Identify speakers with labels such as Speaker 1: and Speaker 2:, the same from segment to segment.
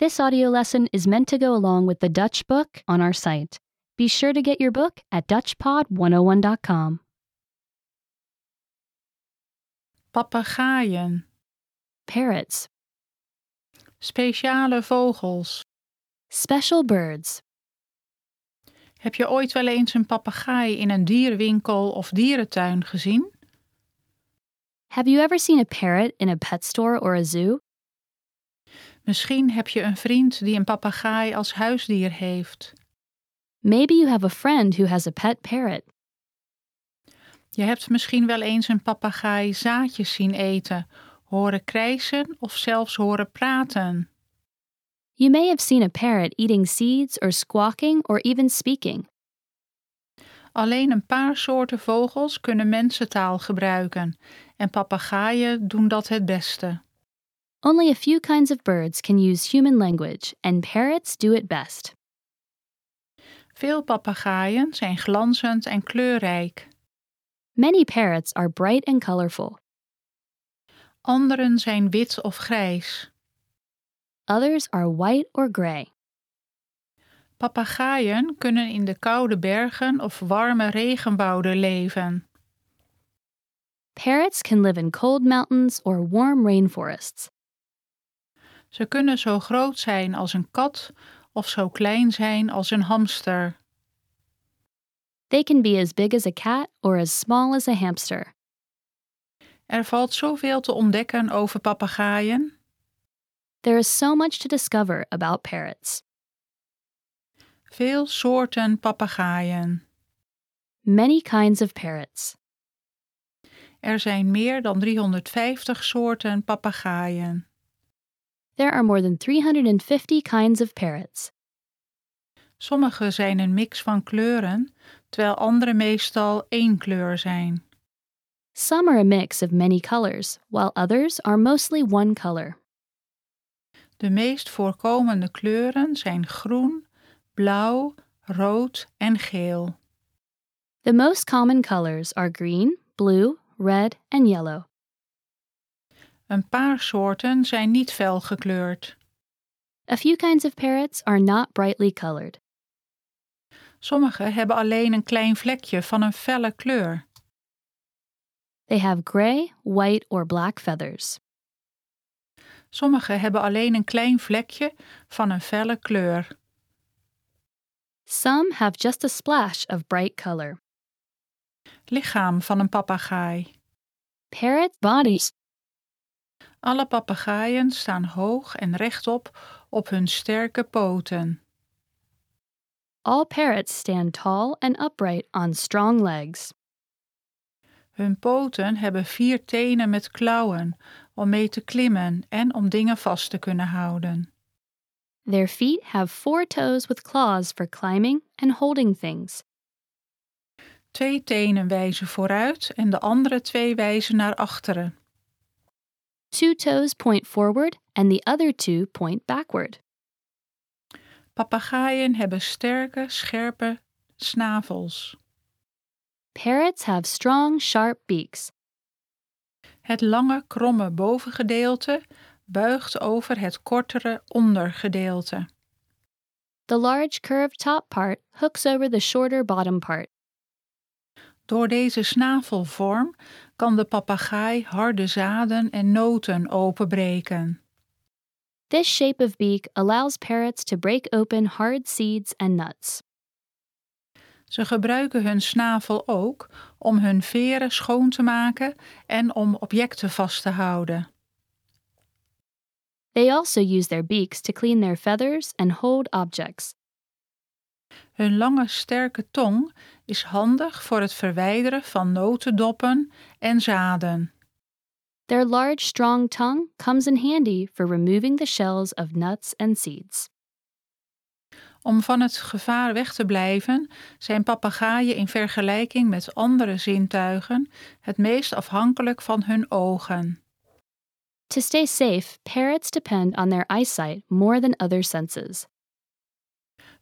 Speaker 1: This audio lesson is meant to go along with the Dutch book on our site. Be sure to get your book at DutchPod101.com.
Speaker 2: papegaaien,
Speaker 1: Parrots,
Speaker 2: speciale vogels.
Speaker 1: special birds.
Speaker 2: Heb je ooit wel eens een papegaai in een dierenwinkel of dierentuin gezien?
Speaker 1: Have you ever seen a parrot in a pet store or a zoo?
Speaker 2: Misschien heb je een vriend die een papegaai als huisdier heeft.
Speaker 1: Maybe you have a friend who has a pet parrot.
Speaker 2: Je hebt misschien wel eens een papegaai zaadjes zien eten, horen krijsen of zelfs horen praten.
Speaker 1: You may have seen a parrot eating seeds or squawking or even speaking.
Speaker 2: Alleen een paar soorten vogels kunnen mensentaal gebruiken en papegaaien doen dat het beste.
Speaker 1: Only a few kinds of birds can use human language, and parrots do it best.
Speaker 2: Veel papegaaien zijn glanzend en kleurrijk.
Speaker 1: Many parrots are bright and colorful.
Speaker 2: Anderen zijn wit of grijs.
Speaker 1: Others are white or gray.
Speaker 2: Papagaaien kunnen in de koude bergen of warme regenwouden leven.
Speaker 1: Parrots can live in cold mountains or warm rainforests.
Speaker 2: Ze kunnen zo groot zijn als een kat of zo klein zijn als een hamster.
Speaker 1: They can be as big as a cat or as small as a hamster.
Speaker 2: Er valt zoveel te ontdekken over papagaaien.
Speaker 1: There is so much to discover about parrots.
Speaker 2: Veel soorten papagaaien.
Speaker 1: Many kinds of parrots.
Speaker 2: Er zijn meer dan 350 soorten papagaaien.
Speaker 1: There are more than 350 kinds of parrots.
Speaker 2: Sommige zijn een mix van kleuren, terwijl andere meestal één kleur zijn.
Speaker 1: Some are a mix of many colors, while others are mostly one color.
Speaker 2: De meest voorkomende kleuren zijn groen, blauw, rood en geel.
Speaker 1: The most common colors are green, blue, red, and yellow.
Speaker 2: Een paar soorten zijn niet fel gekleurd.
Speaker 1: A few kinds of parrots are not brightly colored.
Speaker 2: Sommige hebben alleen een klein vlekje van een felle kleur.
Speaker 1: They have gray, white, or black feathers.
Speaker 2: Sommige hebben alleen een klein vlekje van een felle kleur.
Speaker 1: Some have just a splash of bright color.
Speaker 2: Lichaam van een papagaai.
Speaker 1: Parrot bodies.
Speaker 2: Alle papegaaien staan hoog en rechtop op hun sterke poten.
Speaker 1: All parrots stand tall and upright on strong legs.
Speaker 2: Hun poten hebben vier tenen met klauwen om mee te klimmen en om dingen vast te kunnen houden.
Speaker 1: Their feet have four toes with claws for climbing and holding things.
Speaker 2: Twee tenen wijzen vooruit en de andere twee wijzen naar achteren.
Speaker 1: Two toes point forward and the other two point backward.
Speaker 2: Papagaaien hebben sterke, scherpe snavels.
Speaker 1: Parrots have strong, sharp beaks.
Speaker 2: Het lange, kromme bovengedeelte buigt over het kortere ondergedeelte.
Speaker 1: The large curved top part hooks over the shorter bottom part.
Speaker 2: Door deze snavelvorm kan de papagaai harde zaden en noten openbreken.
Speaker 1: This shape of beak allows parrots to break open hard seeds and nuts.
Speaker 2: Ze gebruiken hun snavel ook om hun veren schoon te maken en om objecten vast te houden.
Speaker 1: They also use their beaks to clean their feathers and hold objects.
Speaker 2: Hun lange, sterke tong is handig voor het verwijderen van notendoppen en zaden.
Speaker 1: Their large, strong tongue comes in handy for removing the shells of nuts and seeds.
Speaker 2: Om van het gevaar weg te blijven, zijn papegaaien in vergelijking met andere zintuigen het meest afhankelijk van hun ogen.
Speaker 1: To stay safe, parrots depend on their eyesight more than other senses.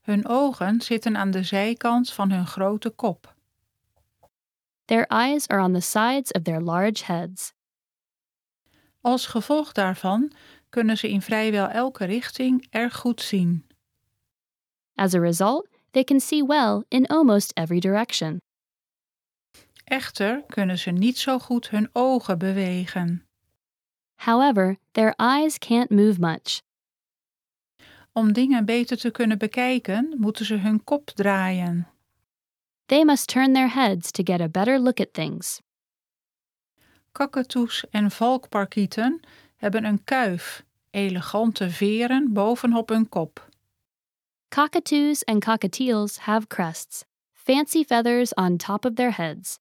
Speaker 2: Hun ogen zitten aan de zijkant van hun grote kop.
Speaker 1: Their eyes are on the sides of their large heads.
Speaker 2: Als gevolg daarvan kunnen ze in vrijwel elke richting erg goed zien.
Speaker 1: As a result, they can see well in almost every direction.
Speaker 2: Echter kunnen ze niet zo goed hun ogen bewegen.
Speaker 1: However, their eyes can't move much.
Speaker 2: Om dingen beter te kunnen bekijken, moeten ze hun kop draaien.
Speaker 1: They must turn their heads to get a better look at things.
Speaker 2: Kakatoes en valkparkieten hebben een kuif, elegante veren bovenop hun kop.
Speaker 1: Cockatoos and cockatiels have crests, fancy feathers on top of their heads.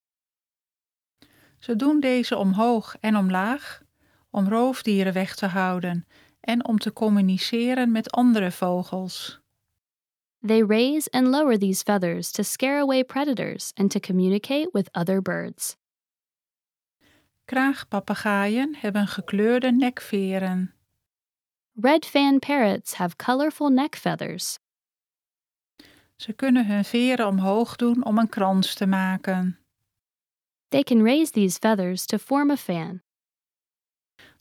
Speaker 2: Ze doen deze omhoog en omlaag om roofdieren weg te houden en om te communiceren met andere vogels.
Speaker 1: They raise and lower these feathers to scare away predators and to communicate with other birds.
Speaker 2: Kraagpapegaaien hebben gekleurde nekveren.
Speaker 1: Red fan parrots have colorful neck feathers.
Speaker 2: Ze kunnen hun veren omhoog doen om een krans te maken.
Speaker 1: They can raise these feathers to form a fan.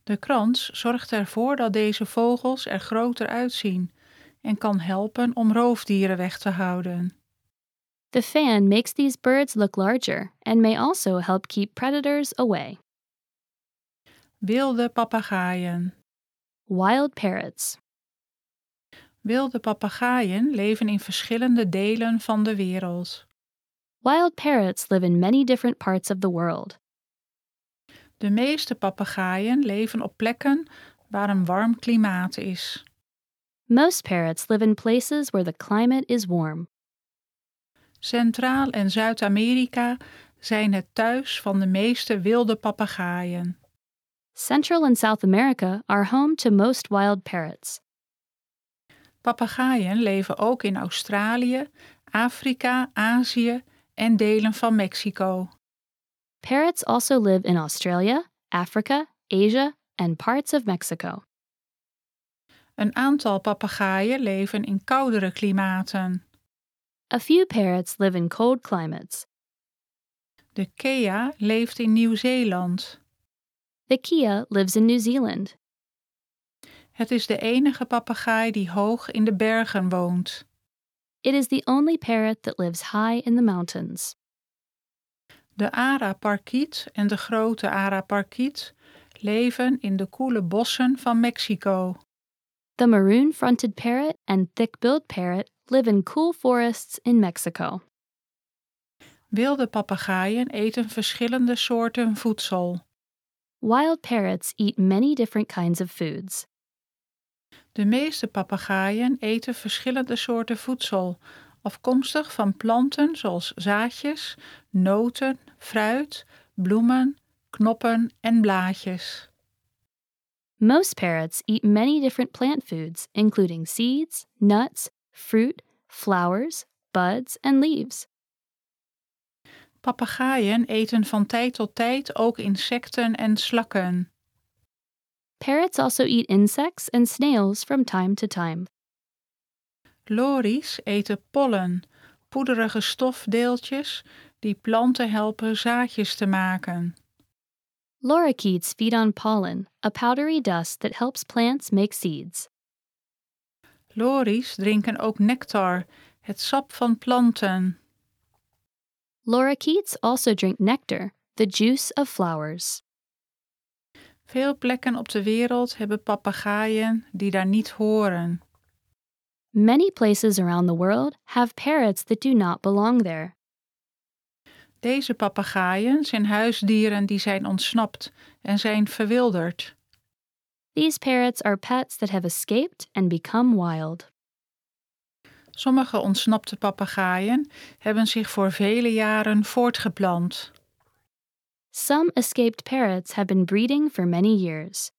Speaker 2: De krans zorgt ervoor dat deze vogels er groter uitzien en kan helpen om roofdieren weg te houden.
Speaker 1: The fan makes these birds look larger and may also help keep predators away.
Speaker 2: Wilde papegaaien.
Speaker 1: Wild parrots.
Speaker 2: Wilde papegaaien leven in verschillende delen van de wereld.
Speaker 1: Wild parrots live in many different parts of the world.
Speaker 2: De meeste papegaaien leven op plekken waar een warm klimaat is.
Speaker 1: Most parrots live in places where the climate is warm.
Speaker 2: Centraal- en Zuid-Amerika zijn het thuis van de meeste wilde papegaaien.
Speaker 1: Central and South America are home to most wild parrots.
Speaker 2: Papegaaien leven ook in Australië, Afrika, Azië en delen van Mexico.
Speaker 1: Parrots also live in Australia, Africa, Asia, and parts of Mexico.
Speaker 2: Een aantal papegaaien leven in koudere klimaten.
Speaker 1: A few parrots live in cold climates.
Speaker 2: De kea leeft in Nieuw-Zeeland.
Speaker 1: The Kia lives in New Zealand.
Speaker 2: Het is de enige papegaai die hoog in de bergen woont.
Speaker 1: It is the only parrot that lives high in the mountains.
Speaker 2: De araparkiet en de grote araparkiet leven in de koele bossen van Mexico.
Speaker 1: The maroon fronted parrot and thick billed parrot live in cool forests in Mexico.
Speaker 2: Wilde papegaaien eten verschillende soorten voedsel.
Speaker 1: Wild parrots eat many different kinds of foods.
Speaker 2: De meeste papegaaien eten verschillende soorten voedsel, afkomstig van planten zoals zaadjes, noten, fruit, bloemen, knoppen en blaadjes.
Speaker 1: Most parrots eat many different plant foods, including seeds, nuts, fruit, flowers, buds, and leaves.
Speaker 2: Papegaaien eten van tijd tot tijd ook insecten en slakken.
Speaker 1: Parrots also eat insects and snails from time to time.
Speaker 2: Lories eten pollen, poederige stofdeeltjes die planten helpen zaadjes te maken.
Speaker 1: Lorikeets feed on pollen, a powdery dust that helps plants make seeds.
Speaker 2: Lories drinken ook nectar, het sap van planten.
Speaker 1: Lorikeets also drink nectar, the juice of flowers.
Speaker 2: Veel plekken op de wereld hebben papegaaien die daar niet horen.
Speaker 1: Many places around the world have parrots that do not belong there.
Speaker 2: Deze papegaaien zijn huisdieren die zijn ontsnapt en zijn verwilderd.
Speaker 1: These parrots are pets that have escaped and become wild.
Speaker 2: Sommige ontsnapte papegaaien hebben zich voor vele jaren voortgeplant.
Speaker 1: Some escaped parrots have been breeding for many years.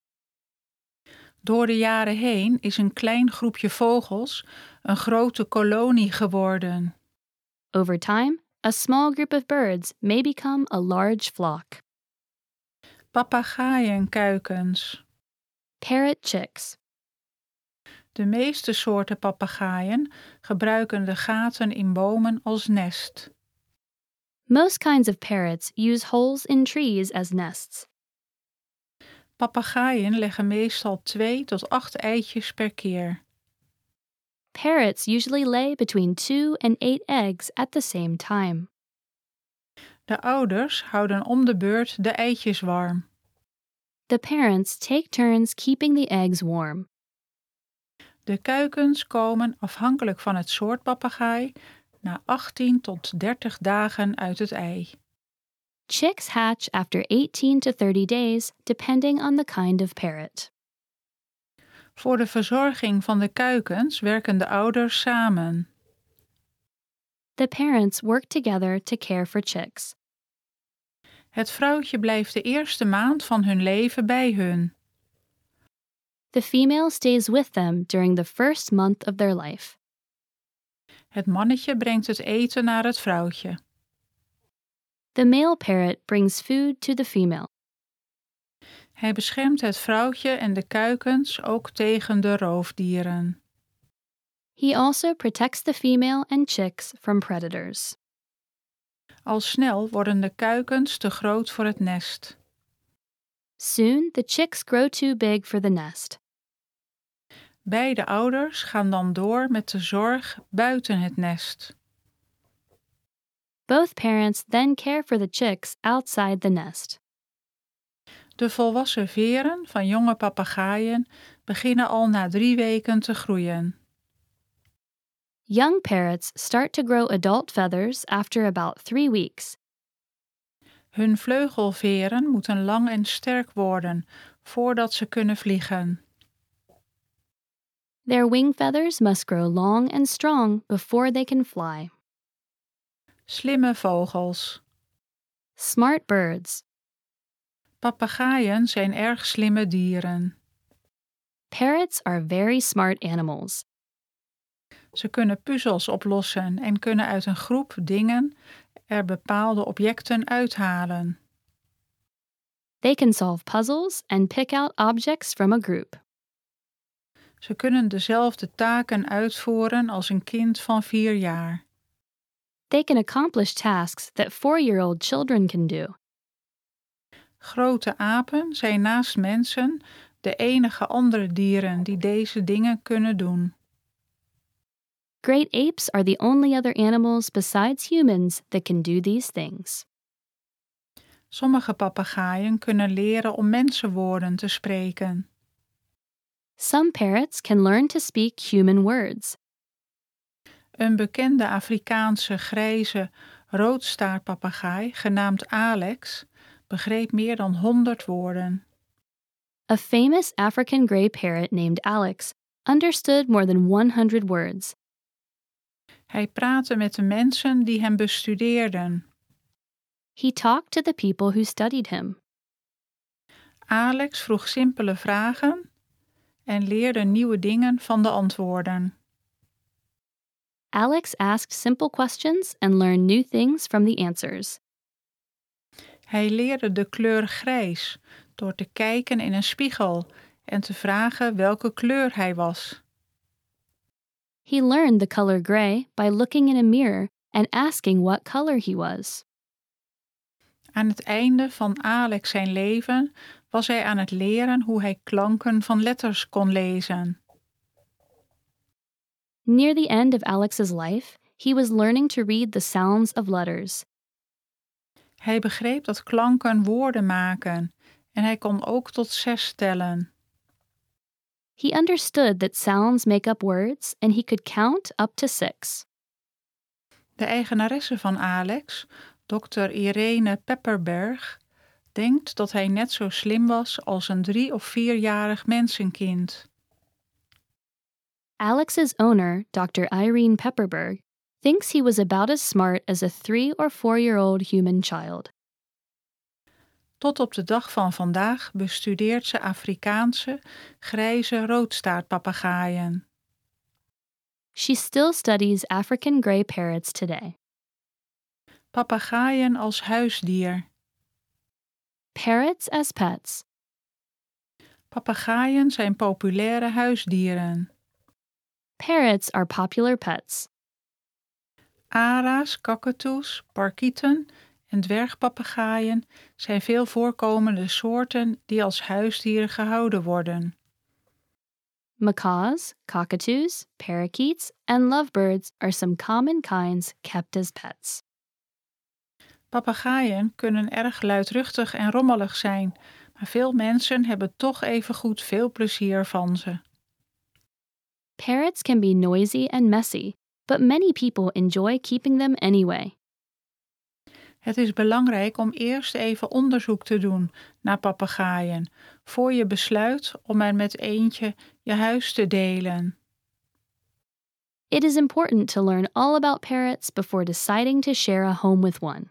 Speaker 2: Door de jaren heen is een klein groepje vogels een grote kolonie geworden.
Speaker 1: Over time, a small group of birds may become a large flock.
Speaker 2: Papegaaienkuikens.
Speaker 1: Parrot chicks.
Speaker 2: De meeste soorten papegaaien gebruiken de gaten in bomen als nest.
Speaker 1: Most kinds of parrots use holes in trees as nests.
Speaker 2: Papagaaien leggen meestal 2 tot 8 eitjes per keer.
Speaker 1: Parrots usually lay between two and eight eggs at the same time.
Speaker 2: De ouders houden om de beurt de eitjes warm.
Speaker 1: The parents take turns keeping the eggs warm.
Speaker 2: De kuikens komen, afhankelijk van het soort papegaai, na 18 tot 30 dagen uit het ei.
Speaker 1: Chicks hatch after 18 to 30 days, depending on the kind of parrot.
Speaker 2: Voor de verzorging van de kuikens werken de ouders samen.
Speaker 1: The parents work together to care for chicks.
Speaker 2: Het vrouwtje blijft de eerste maand van hun leven bij hun.
Speaker 1: The female stays with them during the first month of their life.
Speaker 2: Het mannetje brengt het eten naar het vrouwtje.
Speaker 1: The male parrot brings food to the female.
Speaker 2: Hij beschermt het vrouwtje en de kuikens ook tegen de roofdieren.
Speaker 1: He also protects the female and chicks from predators.
Speaker 2: Al snel worden de kuikens te groot voor het nest.
Speaker 1: Soon, the chicks grow too big for the nest.
Speaker 2: Beide ouders gaan dan door met de zorg buiten het nest.
Speaker 1: Both parents then care for the chicks outside the nest.
Speaker 2: De volwassen veren van jonge papegaaien beginnen al na drie weken te groeien.
Speaker 1: Young parrots start to grow adult feathers after about three weeks.
Speaker 2: Hun vleugelveren moeten lang en sterk worden voordat ze kunnen vliegen.
Speaker 1: Their wing feathers must grow long and strong before they can fly.
Speaker 2: Slimme vogels.
Speaker 1: Smart birds.
Speaker 2: Papegaaien zijn erg slimme dieren.
Speaker 1: Parrots are very smart animals.
Speaker 2: Ze kunnen puzzels oplossen en kunnen uit een groep dingen er bepaalde objecten uithalen.
Speaker 1: They can solve puzzles and pick out objects from a group.
Speaker 2: Ze kunnen dezelfde taken uitvoeren als een kind van vier jaar.
Speaker 1: They can accomplish tasks that four year old children can do.
Speaker 2: Grote apen zijn naast mensen de enige andere dieren die deze dingen kunnen doen.
Speaker 1: Great apes are the only other animals besides humans that can do these things.
Speaker 2: Sommige papegaaien kunnen leren om mensenwoorden te spreken.
Speaker 1: Some parrots can learn to speak human words.
Speaker 2: Een bekende Afrikaanse grijze roodstaartpapegaai genaamd Alex begreep meer dan 100 woorden.
Speaker 1: A famous African gray parrot named Alex understood more than 100 words.
Speaker 2: Hij praatte met de mensen die hem bestudeerden.
Speaker 1: He talked to the people who studied him.
Speaker 2: Alex vroeg simpele vragen en leerde nieuwe dingen van de antwoorden.
Speaker 1: Alex asked simple questions and learned new things from the answers.
Speaker 2: Hij leerde de kleur grijs door te kijken in een spiegel en te vragen welke kleur hij was.
Speaker 1: He learned the color gray by looking in a mirror and asking what color he was.
Speaker 2: Aan het einde van Alex zijn leven was hij aan het leren hoe hij klanken van letters kon lezen.
Speaker 1: Near the end of Alex's life, he was learning to read the sounds of letters.
Speaker 2: Hij begreep dat klanken woorden maken en hij kon ook tot zes tellen.
Speaker 1: He understood that sounds make up words and he could count up to six.
Speaker 2: De eigenaresse van Alex, dokter Irene Pepperberg, denkt dat hij net zo slim was als een drie- of vierjarig mensenkind.
Speaker 1: Alex's owner, Dr. Irene Pepperberg, thinks he was about as smart as a three or four year old human child.
Speaker 2: Tot op de dag van vandaag bestudeert ze Afrikaanse grijze roodstaartpapegaaien.
Speaker 1: She still studies African gray parrots today.
Speaker 2: Papegaaien als huisdier.
Speaker 1: Parrots as pets.
Speaker 2: Papegaaien zijn populaire huisdieren.
Speaker 1: Parrots are popular pets.
Speaker 2: Ara's, kakatoes, parkieten en dwergpapegaaien zijn veel voorkomende soorten die als huisdieren gehouden worden.
Speaker 1: Macaws, cockatoos, parakeets, and lovebirds are some common kinds kept as pets.
Speaker 2: Papegaaien kunnen erg luidruchtig en rommelig zijn, maar veel mensen hebben toch evengoed veel plezier van ze.
Speaker 1: Parrots can be noisy and messy, but many people enjoy keeping them anyway.
Speaker 2: Het is belangrijk om eerst even onderzoek te doen naar papegaaien voor je besluit om er met eentje je huis te delen.
Speaker 1: It is important to learn all about parrots before deciding to share a home with one.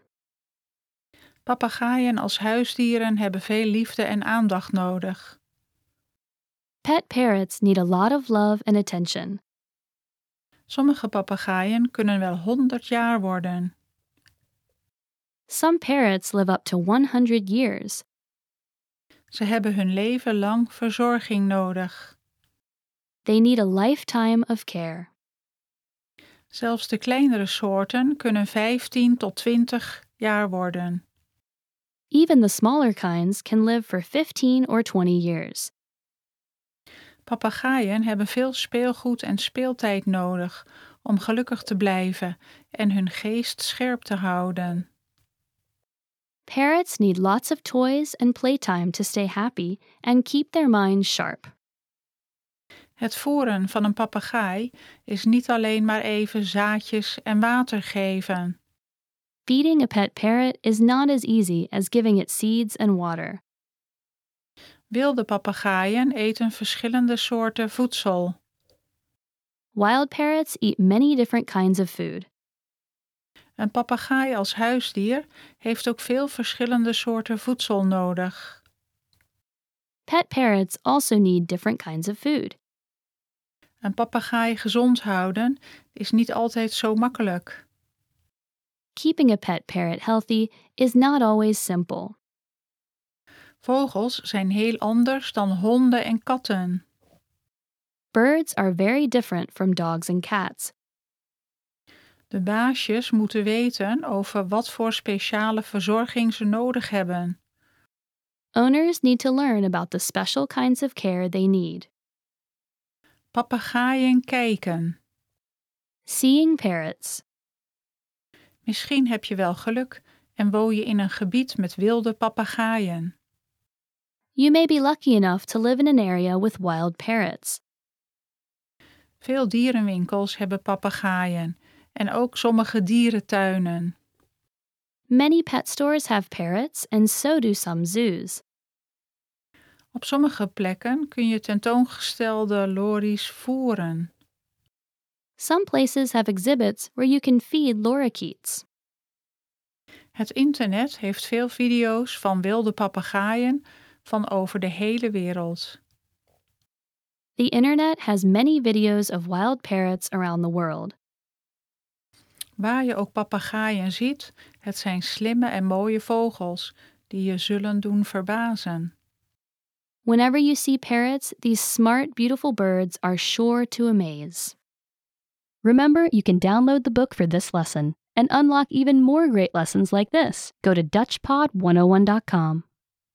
Speaker 2: Papegaaien als huisdieren hebben veel liefde en aandacht nodig.
Speaker 1: Pet parrots need a lot of love and attention.
Speaker 2: Sommige papegaaien kunnen wel 100 jaar worden.
Speaker 1: Some parrots live up to 100 years.
Speaker 2: Ze hebben hun leven lang verzorging nodig.
Speaker 1: They need a lifetime of care.
Speaker 2: Zelfs de kleinere soorten kunnen 15 tot 20 jaar worden.
Speaker 1: Even the smaller kinds can live for 15 or 20 years.
Speaker 2: Papegaaien hebben veel speelgoed en speeltijd nodig om gelukkig te blijven en hun geest scherp te houden.
Speaker 1: Parrots need lots of toys and playtime to stay happy and keep their minds sharp.
Speaker 2: Het voeren van een papegaai is niet alleen maar even zaadjes en water geven.
Speaker 1: Feeding a pet parrot is not as easy as giving it seeds and water.
Speaker 2: Wilde papegaaien eten verschillende soorten voedsel.
Speaker 1: Wild parrots eat many different kinds of food.
Speaker 2: Een papegaai als huisdier heeft ook veel verschillende soorten voedsel nodig.
Speaker 1: Pet parrots also need different kinds of food.
Speaker 2: Een papegaai gezond houden is niet altijd zo makkelijk.
Speaker 1: Keeping a pet parrot healthy is not always simple.
Speaker 2: Vogels zijn heel anders dan honden en katten.
Speaker 1: Birds are very different from dogs and cats.
Speaker 2: De baasjes moeten weten over wat voor speciale verzorging ze nodig hebben.
Speaker 1: Owners need to learn about the special kinds of care they need.
Speaker 2: Papegaaien kijken.
Speaker 1: Seeing parrots.
Speaker 2: Misschien heb je wel geluk en woon je in een gebied met wilde papegaaien.
Speaker 1: You may be lucky enough to live in an area with wild parrots.
Speaker 2: Veel dierenwinkels hebben papegaaien en ook sommige dierentuinen.
Speaker 1: Many pet stores have parrots, and so do some zoos.
Speaker 2: Op sommige plekken kun je tentoongestelde lories voeren.
Speaker 1: Some places have exhibits where you can feed lorikeets.
Speaker 2: Het internet heeft veel video's van wilde papegaaien van over de hele wereld.
Speaker 1: The internet has many videos of wild parrots around the world.
Speaker 2: Waar je ook papegaaien ziet, het zijn slimme en mooie vogels die je zullen doen verbazen.
Speaker 1: Whenever you see parrots, these smart, beautiful birds are sure to amaze. Remember, you can download the book for this oh lesson and unlock even more great lessons like this. Go to DutchPod101.com.